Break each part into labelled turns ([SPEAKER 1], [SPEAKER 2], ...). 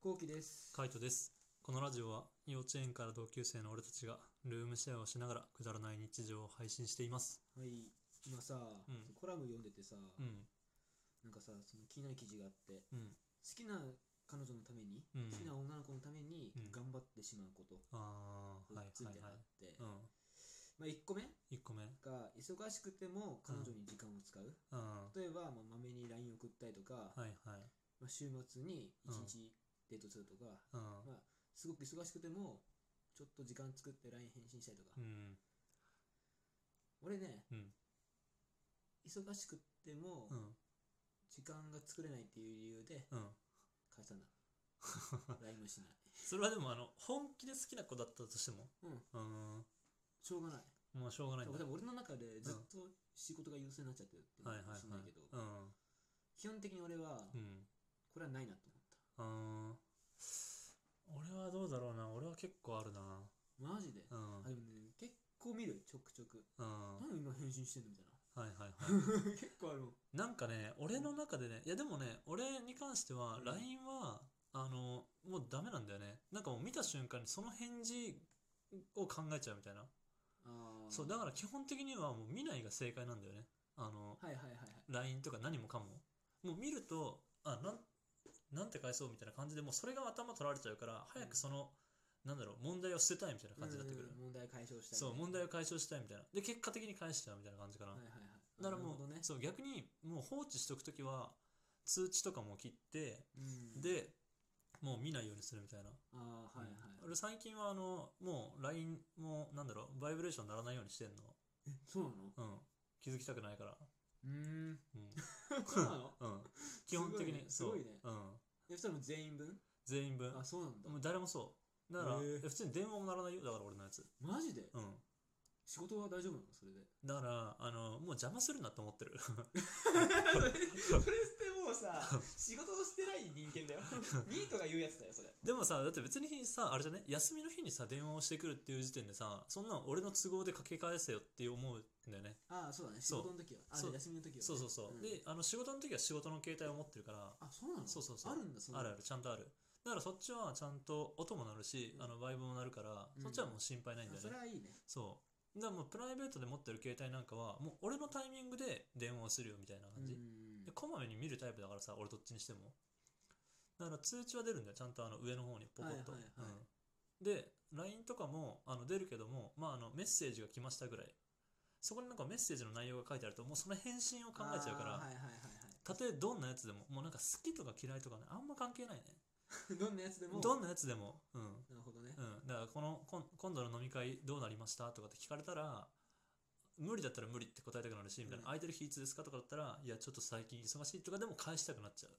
[SPEAKER 1] こうきです。
[SPEAKER 2] カイトです。このラジオは幼稚園から同級生の俺たちがルームシェアをしながらくだらない日常を配信しています。
[SPEAKER 1] はい。今さ、
[SPEAKER 2] ん
[SPEAKER 1] コラム読んでてさ、
[SPEAKER 2] うん、
[SPEAKER 1] なんかさ、その気になる記事があって、
[SPEAKER 2] うん、
[SPEAKER 1] 好きな彼女のために、
[SPEAKER 2] うん
[SPEAKER 1] 好きな女の子のために
[SPEAKER 2] うん
[SPEAKER 1] 頑張ってしまうこと、
[SPEAKER 2] ああ、はい
[SPEAKER 1] つい
[SPEAKER 2] はい
[SPEAKER 1] てあ
[SPEAKER 2] は
[SPEAKER 1] っ
[SPEAKER 2] い。
[SPEAKER 1] て、
[SPEAKER 2] う
[SPEAKER 1] まあ1個目
[SPEAKER 2] ん、1個目。
[SPEAKER 1] が、忙しくても彼女に時間を使う。
[SPEAKER 2] うん、は
[SPEAKER 1] 例えば、まあまめに LINE 送ったりとか、
[SPEAKER 2] いはい。
[SPEAKER 1] まあ、週末に1日デートするとか、
[SPEAKER 2] うん、
[SPEAKER 1] まあ、すごく忙しくても、ちょっと時間作って LINE 返信したりとか。
[SPEAKER 2] うん、
[SPEAKER 1] 俺ね、
[SPEAKER 2] うん、
[SPEAKER 1] 忙しくっても
[SPEAKER 2] うん、
[SPEAKER 1] 時間が作れないっていう理由で
[SPEAKER 2] うん。
[SPEAKER 1] 解散だ。LINE もしない。
[SPEAKER 2] それはでもあの、本気で好きな子だったとしても、
[SPEAKER 1] うん、
[SPEAKER 2] うん、
[SPEAKER 1] しょうがない。
[SPEAKER 2] まあしょうがないん
[SPEAKER 1] 多
[SPEAKER 2] だ。
[SPEAKER 1] 分俺の中でずっと仕事が優先になっちゃってるっていうの
[SPEAKER 2] はい
[SPEAKER 1] か
[SPEAKER 2] はい
[SPEAKER 1] もしれない
[SPEAKER 2] はい
[SPEAKER 1] けど、。
[SPEAKER 2] うん、
[SPEAKER 1] 基本的に俺は
[SPEAKER 2] うん。
[SPEAKER 1] これはないなと思った。
[SPEAKER 2] あ俺はどうだろうな俺は結構あるな
[SPEAKER 1] マジで。
[SPEAKER 2] う
[SPEAKER 1] あ、
[SPEAKER 2] ん
[SPEAKER 1] でもね、結構見る、ちょくちょく。
[SPEAKER 2] うんは
[SPEAKER 1] 何今返信してんのみたい
[SPEAKER 2] いはいはい
[SPEAKER 1] な。結構あるもん。
[SPEAKER 2] なんかね俺の中でねいやでもね俺に関しては
[SPEAKER 1] うん
[SPEAKER 2] LINE はあのもうダメなんだよねなんかもう見た瞬間にその返事を考えちゃうみたいな
[SPEAKER 1] あー
[SPEAKER 2] そうだから基本的にはもう見ないが正解なんだよねあの
[SPEAKER 1] はいはいはいはい。
[SPEAKER 2] LINE とか何もかももう見るとあなんなんて返そうみたいな感じでもうそれが頭取られちゃうから早くその、なんだろう問題を捨てたいみたいな感じになってくる
[SPEAKER 1] うん問題解消したい。
[SPEAKER 2] そう問題を解消したいみたいなで結果的に返しちゃうみたいな感じかな、
[SPEAKER 1] はいはいはい。な
[SPEAKER 2] だからも
[SPEAKER 1] るほど
[SPEAKER 2] う、
[SPEAKER 1] ね。
[SPEAKER 2] そう逆にもう放置しておくときは通知とかも切って
[SPEAKER 1] うん、
[SPEAKER 2] でもう見ないようにするみたいな、
[SPEAKER 1] ああ、はいはい。
[SPEAKER 2] 俺最近はあのもう LINE もなんだろうバイブレーション鳴らないようにしてんの
[SPEAKER 1] え、そうなの
[SPEAKER 2] うん気づきたくないから
[SPEAKER 1] うーん。
[SPEAKER 2] うん、
[SPEAKER 1] そうなの
[SPEAKER 2] うん、基本的に
[SPEAKER 1] すごいね
[SPEAKER 2] そう、うん、
[SPEAKER 1] え、それも全員分
[SPEAKER 2] 全員分
[SPEAKER 1] あ、そうなんだ
[SPEAKER 2] も。う誰もそうだから、
[SPEAKER 1] へえ
[SPEAKER 2] いや普通に電話も鳴らないよだから俺のやつ
[SPEAKER 1] マジで
[SPEAKER 2] うん
[SPEAKER 1] 仕事は大丈夫なのそれで。
[SPEAKER 2] だからあのもう邪魔するなと思ってる
[SPEAKER 1] それ それってもうさ仕事をしてない人間だ よニートが言うやつだよそれ
[SPEAKER 2] でもさ、だって別にさ、あれじゃね、休みの日にさ、電話をしてくるっていう時点でさ、そんなん俺の都合でかけ返せよって思うんだよね。
[SPEAKER 1] ああそうだね仕
[SPEAKER 2] そう
[SPEAKER 1] 事の時はあじ
[SPEAKER 2] そう
[SPEAKER 1] ゃあ休みの時はね、
[SPEAKER 2] そうそうそう。
[SPEAKER 1] ん
[SPEAKER 2] で、あの仕事の時は仕事の携帯を持ってるから、
[SPEAKER 1] あそうなの
[SPEAKER 2] そうそうそう
[SPEAKER 1] あるんだその
[SPEAKER 2] あるある、ちゃんとある。だからそっちはちゃんと音も鳴るし、
[SPEAKER 1] うん
[SPEAKER 2] あのバイブも鳴るから、
[SPEAKER 1] うん
[SPEAKER 2] そっちはもう心配ないんだ
[SPEAKER 1] あ
[SPEAKER 2] よ
[SPEAKER 1] そ
[SPEAKER 2] ね
[SPEAKER 1] れ。はいいね
[SPEAKER 2] そう。だからもうプライベートで持ってる携帯なんかは、もう俺のタイミングで電話をするよみたいな
[SPEAKER 1] う
[SPEAKER 2] 感じ。
[SPEAKER 1] ん
[SPEAKER 2] で、こまめに見るタイプだからさ、俺どっちにしても。だから通知は出るんだよ、ちゃんとあの上の方にポコッと。
[SPEAKER 1] はいはいはい
[SPEAKER 2] うんで、LINE とかもあの出るけども、まあ、あのメッセージが来ましたぐらい。そこになんかメッセージの内容が書いてあると、もうその返信を考えちゃ
[SPEAKER 1] あー
[SPEAKER 2] うか
[SPEAKER 1] は
[SPEAKER 2] ら、
[SPEAKER 1] いはいはい
[SPEAKER 2] たとえどんなやつでも、もうなんか好きとか嫌いとかね、あんま関係ないね。
[SPEAKER 1] はいどんなやつでも
[SPEAKER 2] どんなやつでも。うん。
[SPEAKER 1] なるほどね、
[SPEAKER 2] うん、だからこのこん今度の飲み会どうなりましたとかって聞かれたら無理だったら無理って答えたくなるしみたいな、
[SPEAKER 1] うん
[SPEAKER 2] 空いてる日いつですかとかだったらいやちょっと最近忙しいとかでも返したくなっちゃう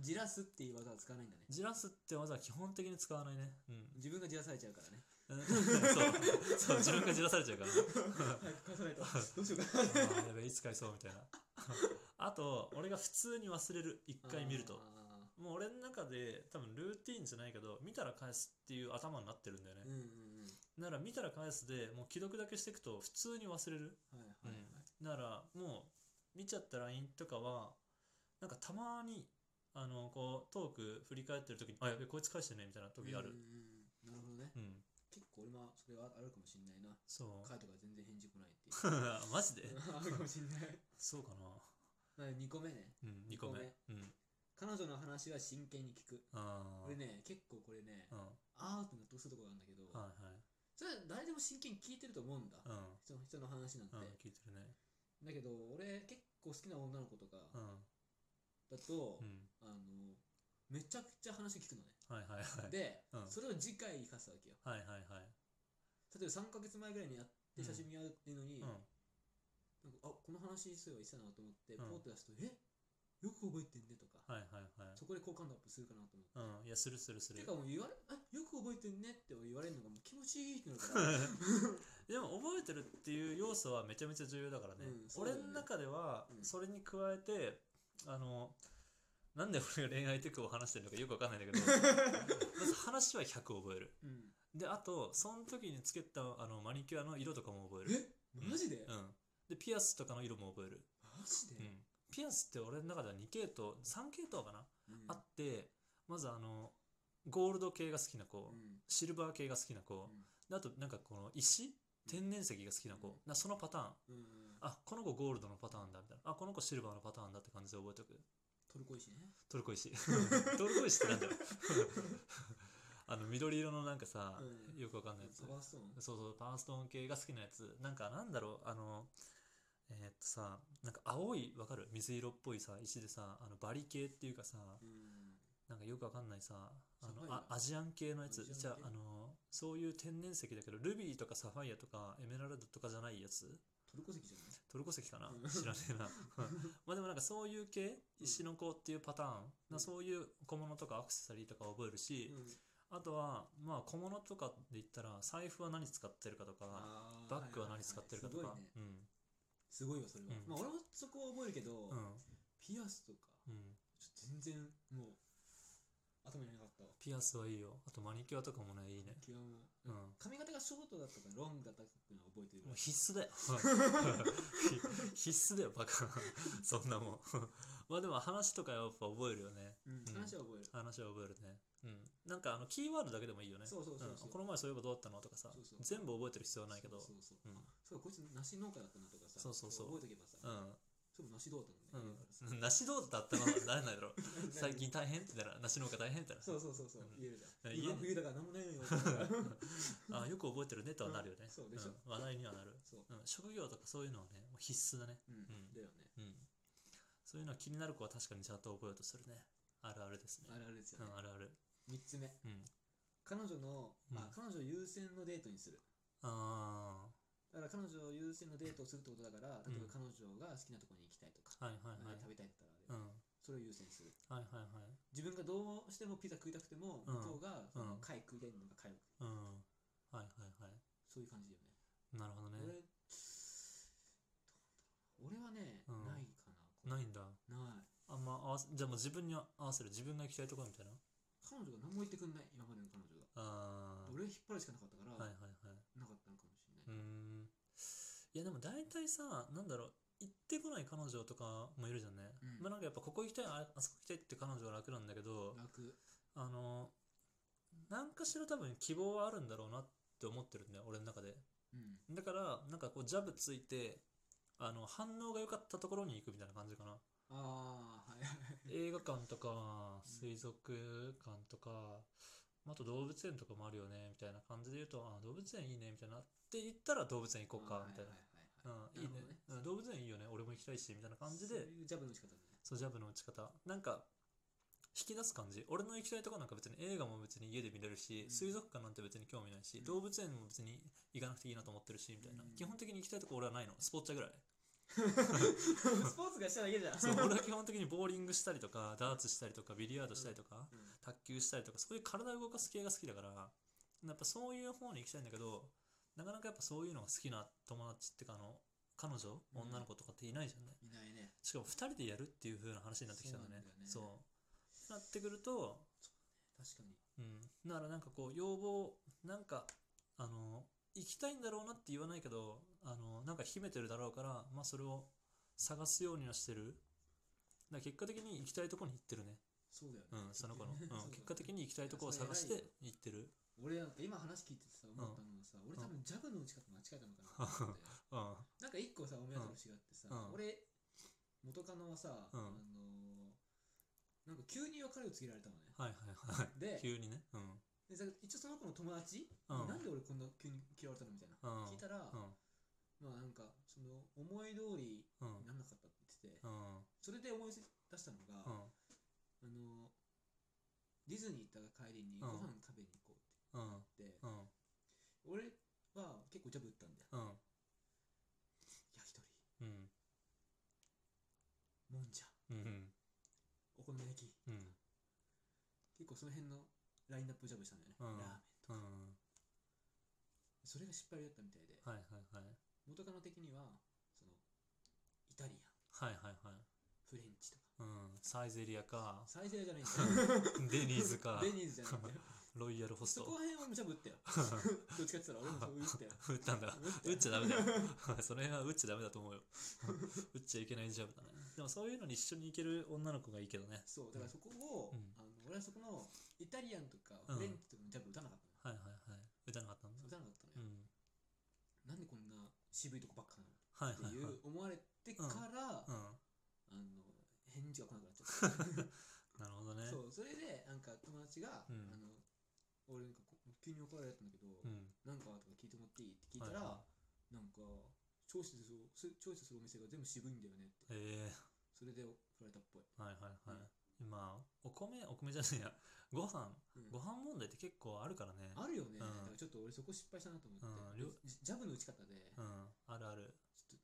[SPEAKER 1] じらすっていう技は使わないんだね
[SPEAKER 2] じらすって技は基本的に使わないねうん
[SPEAKER 1] 自分がじらされちゃうから ね
[SPEAKER 2] うんそうそう自分がじらされちゃうからね
[SPEAKER 1] 早く返さない とどうしようかな
[SPEAKER 2] あーやべえいつ返そうみたいなあと俺が普通に忘れる一回見ると
[SPEAKER 1] あ
[SPEAKER 2] もう俺の中で多分ルーティーンじゃないけど見たら返すっていう頭になってるんだよね
[SPEAKER 1] ー、うんうんうん
[SPEAKER 2] なら見たら返すでもう既読だけしていくと普通に忘れる
[SPEAKER 1] はいはいはい
[SPEAKER 2] ならもう見ちゃった LINE とかはなんかたまにあのこうトーク振り返ってる時に「あやべこいつ返してね」みたいな時あ
[SPEAKER 1] うん
[SPEAKER 2] る
[SPEAKER 1] うんうんなるほどね
[SPEAKER 2] うん、
[SPEAKER 1] 結構俺もそれはあるかもしんないな
[SPEAKER 2] そう
[SPEAKER 1] カイトが全然返事来ないっていう
[SPEAKER 2] マジで
[SPEAKER 1] あるかもしん ない
[SPEAKER 2] そうかな
[SPEAKER 1] まあ2個目ね
[SPEAKER 2] うん2個目
[SPEAKER 1] 二個彼
[SPEAKER 2] うん
[SPEAKER 1] 女の話は真剣に聞く
[SPEAKER 2] ああ
[SPEAKER 1] 俺ね結構これね
[SPEAKER 2] うん
[SPEAKER 1] あーって納得するとこなんだけど
[SPEAKER 2] はいはい
[SPEAKER 1] それは誰でも真剣に聞いてると思うんだ
[SPEAKER 2] うん
[SPEAKER 1] 人の人の話なんて
[SPEAKER 2] うん聞いてるね
[SPEAKER 1] だけど俺結構好きな女の子とか
[SPEAKER 2] うん
[SPEAKER 1] だと
[SPEAKER 2] うん
[SPEAKER 1] あのめちゃくちゃ話聞くのね
[SPEAKER 2] はいはいはい
[SPEAKER 1] で
[SPEAKER 2] うん
[SPEAKER 1] それを次回生かすわけよ
[SPEAKER 2] はいはいはい
[SPEAKER 1] 例えば3ヶ月前ぐらいにやって写真見合うっていうのに
[SPEAKER 2] う
[SPEAKER 1] なんか
[SPEAKER 2] ん
[SPEAKER 1] あこの話そういえば言ってたなと思って
[SPEAKER 2] うん
[SPEAKER 1] ポート出すとえよく覚えてんねとか
[SPEAKER 2] はいはいはい
[SPEAKER 1] そこで好感度アップするかなと思って
[SPEAKER 2] うんいやするするす
[SPEAKER 1] て
[SPEAKER 2] る
[SPEAKER 1] かもう言われあよく覚えてんねって言われるのがもう気持ちいいってなるから
[SPEAKER 2] でも覚えてるっていう要素はめちゃめちゃ重要だからね,、
[SPEAKER 1] うんそうだ
[SPEAKER 2] 俺
[SPEAKER 1] よね
[SPEAKER 2] の中では
[SPEAKER 1] うん
[SPEAKER 2] それに加えて、あのなんで俺が恋愛テクを話してるのかよくわかんないんだ けどまず話は100覚える
[SPEAKER 1] うん
[SPEAKER 2] であとその時につけたあのマニキュアの色とかも覚える、
[SPEAKER 1] えマジで
[SPEAKER 2] う
[SPEAKER 1] マ
[SPEAKER 2] ん、でピアスとかの色も覚える、
[SPEAKER 1] ジで
[SPEAKER 2] うん、ピアスって俺の中では2系統3系統かな、
[SPEAKER 1] うん
[SPEAKER 2] あってまずあのゴールド系が好きな子、
[SPEAKER 1] うん
[SPEAKER 2] シルバー系が好きな子、
[SPEAKER 1] うん
[SPEAKER 2] であとなんかこの石天然石が好きな子、
[SPEAKER 1] うん
[SPEAKER 2] なそのパターン
[SPEAKER 1] うん
[SPEAKER 2] あこの子ゴールドのパターンだみたいなあこの子シルバーのパターンだって感じで覚えておく
[SPEAKER 1] トルコ石ね
[SPEAKER 2] トルコ石 トルコ石ってなんだろうあの緑色のなんかさ、
[SPEAKER 1] うん
[SPEAKER 2] よくわかんないやつ
[SPEAKER 1] サバーストーン
[SPEAKER 2] そうそう、パーストーン系が好きなやつ。なんか、なんだろう、あの、えーっとさ、なんか青い、わかる水色っぽいさ、石でさ、あのバリ系っていうかさ、
[SPEAKER 1] うん
[SPEAKER 2] なんかよくわかんないさ、あの
[SPEAKER 1] サファイア
[SPEAKER 2] あアジアン系のやつ
[SPEAKER 1] アジアン。系
[SPEAKER 2] じゃあ、あの、そういう天然石だけど、ルビーとかサファイアとかエメラルドとかじゃないやつ
[SPEAKER 1] トルコ石じゃない
[SPEAKER 2] トルコ石かな
[SPEAKER 1] うん
[SPEAKER 2] 知らねえ な。 まあでもなんかそういう系、
[SPEAKER 1] うん
[SPEAKER 2] 石の子っていうパターン、
[SPEAKER 1] うん
[SPEAKER 2] そういう小物とかアクセサリーとか覚えるし、
[SPEAKER 1] うん
[SPEAKER 2] あとは、まあ小物とかで言ったら、財布は何使ってるかとか、
[SPEAKER 1] あー
[SPEAKER 2] バッグは何使ってるかとか。うん。
[SPEAKER 1] すごいねすごいわそれは
[SPEAKER 2] うん
[SPEAKER 1] まあ俺もそこは覚えるけど
[SPEAKER 2] うん。
[SPEAKER 1] ピアスとか
[SPEAKER 2] うん。
[SPEAKER 1] ちょっと全然もう頭になかったわ
[SPEAKER 2] ピアスはいいよ。あとマニキュアとかもね、いいね。
[SPEAKER 1] 気がもう
[SPEAKER 2] うん。
[SPEAKER 1] 髪型がショートだったかロングだったかっていうのは覚えてる
[SPEAKER 2] もう必須だよ。 ひ必須だよ、バカ。 そんなもん。 まあでも話とかやっぱ覚えるよね。
[SPEAKER 1] うん
[SPEAKER 2] うん
[SPEAKER 1] 話は覚える
[SPEAKER 2] 話は覚えるね。うん。なんかあの、キーワードだけでもいいよね。
[SPEAKER 1] そうそうそうそう
[SPEAKER 2] うんこの前そういえばどうだったのとかさ
[SPEAKER 1] そうそう、
[SPEAKER 2] 全部覚えてる必要はないけど。
[SPEAKER 1] そうそうそう
[SPEAKER 2] うん
[SPEAKER 1] あそうかこいつ梨農家だったなとかさ
[SPEAKER 2] そうそうそう
[SPEAKER 1] 覚えとけばさ
[SPEAKER 2] うん。
[SPEAKER 1] そう梨どうだったんだよね
[SPEAKER 2] うん。梨どうだったのはなれないだろ う。
[SPEAKER 1] だからさ
[SPEAKER 2] 最近大変って言ったら、梨農家大変って言った
[SPEAKER 1] そ
[SPEAKER 2] ら
[SPEAKER 1] うそうそうそう
[SPEAKER 2] うん
[SPEAKER 1] 言えるじゃん
[SPEAKER 2] 言え
[SPEAKER 1] 今冬だから何もないのよそ、
[SPEAKER 2] あよく覚えてるねとはなるよね。
[SPEAKER 1] うんそうでしょ
[SPEAKER 2] ん話題にはなる。
[SPEAKER 1] う
[SPEAKER 2] うん、職業とかそういうのはね、もう必須だね。
[SPEAKER 1] うん
[SPEAKER 2] うん
[SPEAKER 1] だよね
[SPEAKER 2] うん。そういうのは気になる子は確かにちゃんと覚えようとするね。あるあるですね。
[SPEAKER 1] あれあれですよ
[SPEAKER 2] う
[SPEAKER 1] ね
[SPEAKER 2] ん、あるある。
[SPEAKER 1] 3つ目
[SPEAKER 2] うん。
[SPEAKER 1] 彼女の
[SPEAKER 2] う
[SPEAKER 1] あ
[SPEAKER 2] ん
[SPEAKER 1] 彼女優先のデートにする
[SPEAKER 2] あ
[SPEAKER 1] だから彼女を優先のデートをするってことだから、
[SPEAKER 2] うん
[SPEAKER 1] 例えば彼女が好きなところに行きたいとか、
[SPEAKER 2] あ、はいはいはい
[SPEAKER 1] 何。食べたいって言った
[SPEAKER 2] うん。
[SPEAKER 1] らあれ、
[SPEAKER 2] は
[SPEAKER 1] それを優先する。
[SPEAKER 2] いはいはい。
[SPEAKER 1] 自分がどうしてもピザ食いたくても、
[SPEAKER 2] うん
[SPEAKER 1] 向こうがその
[SPEAKER 2] うん
[SPEAKER 1] 貝食いたいのか貝を食う
[SPEAKER 2] うん。はいはいは
[SPEAKER 1] そういう感じだよね。
[SPEAKER 2] い。なるほどね。
[SPEAKER 1] 俺、どうだろう俺はね、
[SPEAKER 2] うん
[SPEAKER 1] ないかな。
[SPEAKER 2] ないんだ。
[SPEAKER 1] ない。
[SPEAKER 2] あんま合わせ、じゃあもう自分に合わせる。自分が行きたいところみたいな。
[SPEAKER 1] 彼女が何も言ってくんない、今までの彼女が。
[SPEAKER 2] あ
[SPEAKER 1] 俺は引っ張るしかなかったから、
[SPEAKER 2] あ。はいはいはい。
[SPEAKER 1] なかったのかもしれ
[SPEAKER 2] う
[SPEAKER 1] な
[SPEAKER 2] ー
[SPEAKER 1] い。
[SPEAKER 2] ん。いやでも大体さ、なんだろう、行ってこない彼女とかもいるじゃんね。
[SPEAKER 1] うん
[SPEAKER 2] まあなんかやっぱここ行きたい、ああそこ行きたいって彼女は楽なんだけど、
[SPEAKER 1] 楽。
[SPEAKER 2] あの、何かしら多分希望はあるんだろうなって思ってるんだよ、俺の中で。
[SPEAKER 1] うん。
[SPEAKER 2] だから、なんかこうジャブついて、あの、反応が良かったところに行くみたいな感じかな。
[SPEAKER 1] ああ、はいはい。
[SPEAKER 2] 映画館とか、水族館とか、あと動物園とかもあるよね、みたいな感じで言うと、あ、動物園いいね、みたいな。って言ったら動物園行こうか、みたいな。うん、いいね
[SPEAKER 1] なるほどね
[SPEAKER 2] うん動物園いいよね。俺も行きたいし、みたいな感じ
[SPEAKER 1] そ
[SPEAKER 2] で
[SPEAKER 1] う、いう ジャブの仕方ね。
[SPEAKER 2] そう、ジャブの打ち方。なんか、引き出す感じ。俺の行きたいとこなんか別に映画も別に家で見れるし、
[SPEAKER 1] うん
[SPEAKER 2] 水族館なんて別に興味ないし、
[SPEAKER 1] うん
[SPEAKER 2] 動物園も別に行かなくていいなと思ってるし、みたいな
[SPEAKER 1] うん。
[SPEAKER 2] 基本的に行きたいとこ俺はないの。スポッチャぐら い。
[SPEAKER 1] スポーツがしただけじゃん。
[SPEAKER 2] そう、俺は基本的にボーリングしたりとか、ダーツしたりとか、ビリヤードしたりとか、
[SPEAKER 1] うん
[SPEAKER 2] 卓球したりとか、そういう体を動かす系が好きだから、やっぱそういう方に行きたいんだけど、なかなかやっぱそういうのが好きな友達っていうか、あの、彼女、
[SPEAKER 1] うん
[SPEAKER 2] 女の子とかっていないじゃんね。
[SPEAKER 1] いないね。
[SPEAKER 2] しかも2人でやるっていう風な話になってきたんだね。
[SPEAKER 1] そう
[SPEAKER 2] そう
[SPEAKER 1] なんだよね
[SPEAKER 2] なってくると、
[SPEAKER 1] 確かに。
[SPEAKER 2] うん。だからなんかこう、要望、なんか、あの、行きたいんだろうなって言わないけど、あの、なんか秘めてるだろうから、まあそれを探すようにはしてる。だから結果的に行きたいとこに行ってるね。
[SPEAKER 1] そうだよね。
[SPEAKER 2] うん、その 子の。
[SPEAKER 1] そうだよ
[SPEAKER 2] うん、
[SPEAKER 1] ね
[SPEAKER 2] 結果的に行きたいとこを探し
[SPEAKER 1] いや
[SPEAKER 2] て行ってる。
[SPEAKER 1] 俺なんか今話聞いててさ、思ったのはさ、俺多分ジャブの打ち方間違えたのかなと思って。
[SPEAKER 2] うん。
[SPEAKER 1] なんか一個さ、思い当たる節があってさ
[SPEAKER 2] う、ん
[SPEAKER 1] 俺、元カノはさ、あ
[SPEAKER 2] うん
[SPEAKER 1] のー、なんか急に別れを告げられたのね。
[SPEAKER 2] はいはいはい。
[SPEAKER 1] で、
[SPEAKER 2] 急にね。うん。
[SPEAKER 1] でさ一応その子の友達、
[SPEAKER 2] うん。
[SPEAKER 1] なんで俺こんな急に嫌われたのみたいな。
[SPEAKER 2] うん
[SPEAKER 1] 聞いたら、
[SPEAKER 2] うん。
[SPEAKER 1] まあなんか、その思い通り
[SPEAKER 2] うん。
[SPEAKER 1] になんなかったって言ってて
[SPEAKER 2] う、ん。
[SPEAKER 1] それで思い出したのが、
[SPEAKER 2] うん。
[SPEAKER 1] あのディズニー行った帰りに
[SPEAKER 2] う
[SPEAKER 1] ご
[SPEAKER 2] ん
[SPEAKER 1] 飯食べに行こ
[SPEAKER 2] うん。
[SPEAKER 1] うって言って、
[SPEAKER 2] うん。
[SPEAKER 1] 俺は結構ジャブ打ったんだよ。
[SPEAKER 2] うん。
[SPEAKER 1] いや、一人、
[SPEAKER 2] うん。
[SPEAKER 1] もんじゃ、
[SPEAKER 2] うん。
[SPEAKER 1] お好み焼き、
[SPEAKER 2] うん。
[SPEAKER 1] 結構その辺のラインナップをジャブしたんだよね。
[SPEAKER 2] うん
[SPEAKER 1] ラーメンとか、
[SPEAKER 2] うん。
[SPEAKER 1] それが失敗だったみたいで、
[SPEAKER 2] はいはいはい。
[SPEAKER 1] 元カノ的には、その、イタリアン、
[SPEAKER 2] はいはいはい。
[SPEAKER 1] フレンチとか、
[SPEAKER 2] うん。サイゼリアか、
[SPEAKER 1] サイゼリヤじゃないんだよ。
[SPEAKER 2] デ ニーズか
[SPEAKER 1] デ、ニーズじゃないんだよ。
[SPEAKER 2] ロイヤル ホス
[SPEAKER 1] そ
[SPEAKER 2] ト
[SPEAKER 1] こ。 ら辺俺もジャブ打ったよ。どっちかって言ったら俺もそう打ったよ。
[SPEAKER 2] 打ったんだ。打っちゃダメだよ。 その辺は打っちゃダメだと思うよ。 打っちゃいけないジャブだね。でもそういうのに一緒に行ける女の子がいいけどね。
[SPEAKER 1] そう、だからそこを、
[SPEAKER 2] うん
[SPEAKER 1] あの俺はそこのイタリアンとか
[SPEAKER 2] うん
[SPEAKER 1] フレンチとかのジャブ打たなかったのよ、
[SPEAKER 2] はいはいはい打たなかったんだ
[SPEAKER 1] 打たなかったの
[SPEAKER 2] う
[SPEAKER 1] よ、
[SPEAKER 2] ん
[SPEAKER 1] なんでこんな渋いとこばっかなの
[SPEAKER 2] はいは
[SPEAKER 1] っ
[SPEAKER 2] い
[SPEAKER 1] てい
[SPEAKER 2] はいう
[SPEAKER 1] 思われてから、
[SPEAKER 2] う
[SPEAKER 1] あの
[SPEAKER 2] ん
[SPEAKER 1] 返事が来なくなっちゃった
[SPEAKER 2] なるほ どね
[SPEAKER 1] そうそれでなんか友達が、
[SPEAKER 2] うん
[SPEAKER 1] あの俺なんかこう急に怒られたんだけど、
[SPEAKER 2] うん
[SPEAKER 1] なんかとか聞いてもらっていいって聞いた
[SPEAKER 2] はい
[SPEAKER 1] ら、
[SPEAKER 2] は
[SPEAKER 1] なんか調子するす調子するお店が全部渋いんだよねって
[SPEAKER 2] え
[SPEAKER 1] それで怒られたっぽい、
[SPEAKER 2] ー、はいはいは
[SPEAKER 1] うん
[SPEAKER 2] い今お米お米じゃないやご飯
[SPEAKER 1] うん
[SPEAKER 2] ご飯問題って結構あるからね
[SPEAKER 1] あるよね、
[SPEAKER 2] ん
[SPEAKER 1] だからちょっと俺そこ失敗したなと思って、
[SPEAKER 2] うんりょ
[SPEAKER 1] ジジャブの打ち方で、
[SPEAKER 2] う
[SPEAKER 1] ちょっ
[SPEAKER 2] んあるある
[SPEAKER 1] と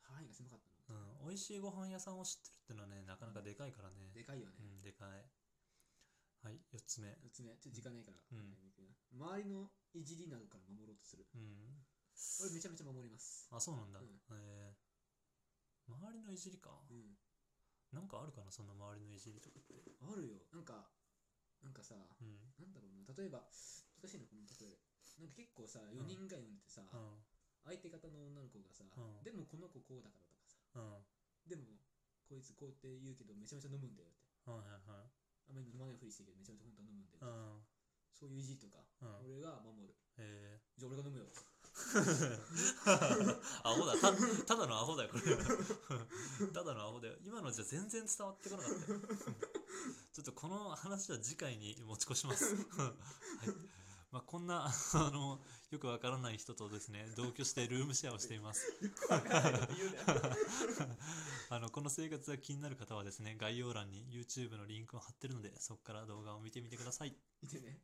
[SPEAKER 1] 範囲が狭かった
[SPEAKER 2] う
[SPEAKER 1] の、
[SPEAKER 2] ん美味しいご飯屋さんを知ってるってのはねなかなかでかいからね
[SPEAKER 1] でかいよ
[SPEAKER 2] う
[SPEAKER 1] ね、
[SPEAKER 2] んでかいはい4つ目
[SPEAKER 1] 四つ目ちょっと時間ないから、
[SPEAKER 2] う
[SPEAKER 1] 早
[SPEAKER 2] ん
[SPEAKER 1] めに行くな周りのいじりなどから守ろうとする
[SPEAKER 2] うん
[SPEAKER 1] 俺めちゃめちゃ守ります
[SPEAKER 2] あそうなんだ、
[SPEAKER 1] うん
[SPEAKER 2] えー周りのいじりか、
[SPEAKER 1] うん
[SPEAKER 2] なんかあるかなそんな周りのいじりとかって
[SPEAKER 1] あるよなんかなんかさ、
[SPEAKER 2] うん
[SPEAKER 1] なんだろうな例えば難しいなこの例えなんか結構さ4人が4人ってさ、
[SPEAKER 2] う
[SPEAKER 1] 相手方の女の子がさ、
[SPEAKER 2] うん
[SPEAKER 1] でもこの子こうだからとかさ
[SPEAKER 2] んうん
[SPEAKER 1] でもこいつこうって言うけどめちゃめちゃ飲むんだよって
[SPEAKER 2] はいはいはい
[SPEAKER 1] あんまり飲まないふりしてるけどめちゃめちゃ本当は飲むんだよ
[SPEAKER 2] う
[SPEAKER 1] って、
[SPEAKER 2] ん
[SPEAKER 1] そういう意地とか、
[SPEAKER 2] うん
[SPEAKER 1] 俺が守る
[SPEAKER 2] え
[SPEAKER 1] じゃあ俺が飲むよ
[SPEAKER 2] ー、 アホだたただのアホだよこれは ただのアホだよ今のじゃ全然伝わってこなかったよちょっとこの話は次回に持ち越します、 はいまあ、こんなあのよくわからない人とですね同居してルームシェアをしています
[SPEAKER 1] わかんないこと 言うなよ
[SPEAKER 2] あのこの生活が気になる方はですね概要欄に YouTube のリンクを貼ってるのでそこから動画を見てみてください
[SPEAKER 1] 見てね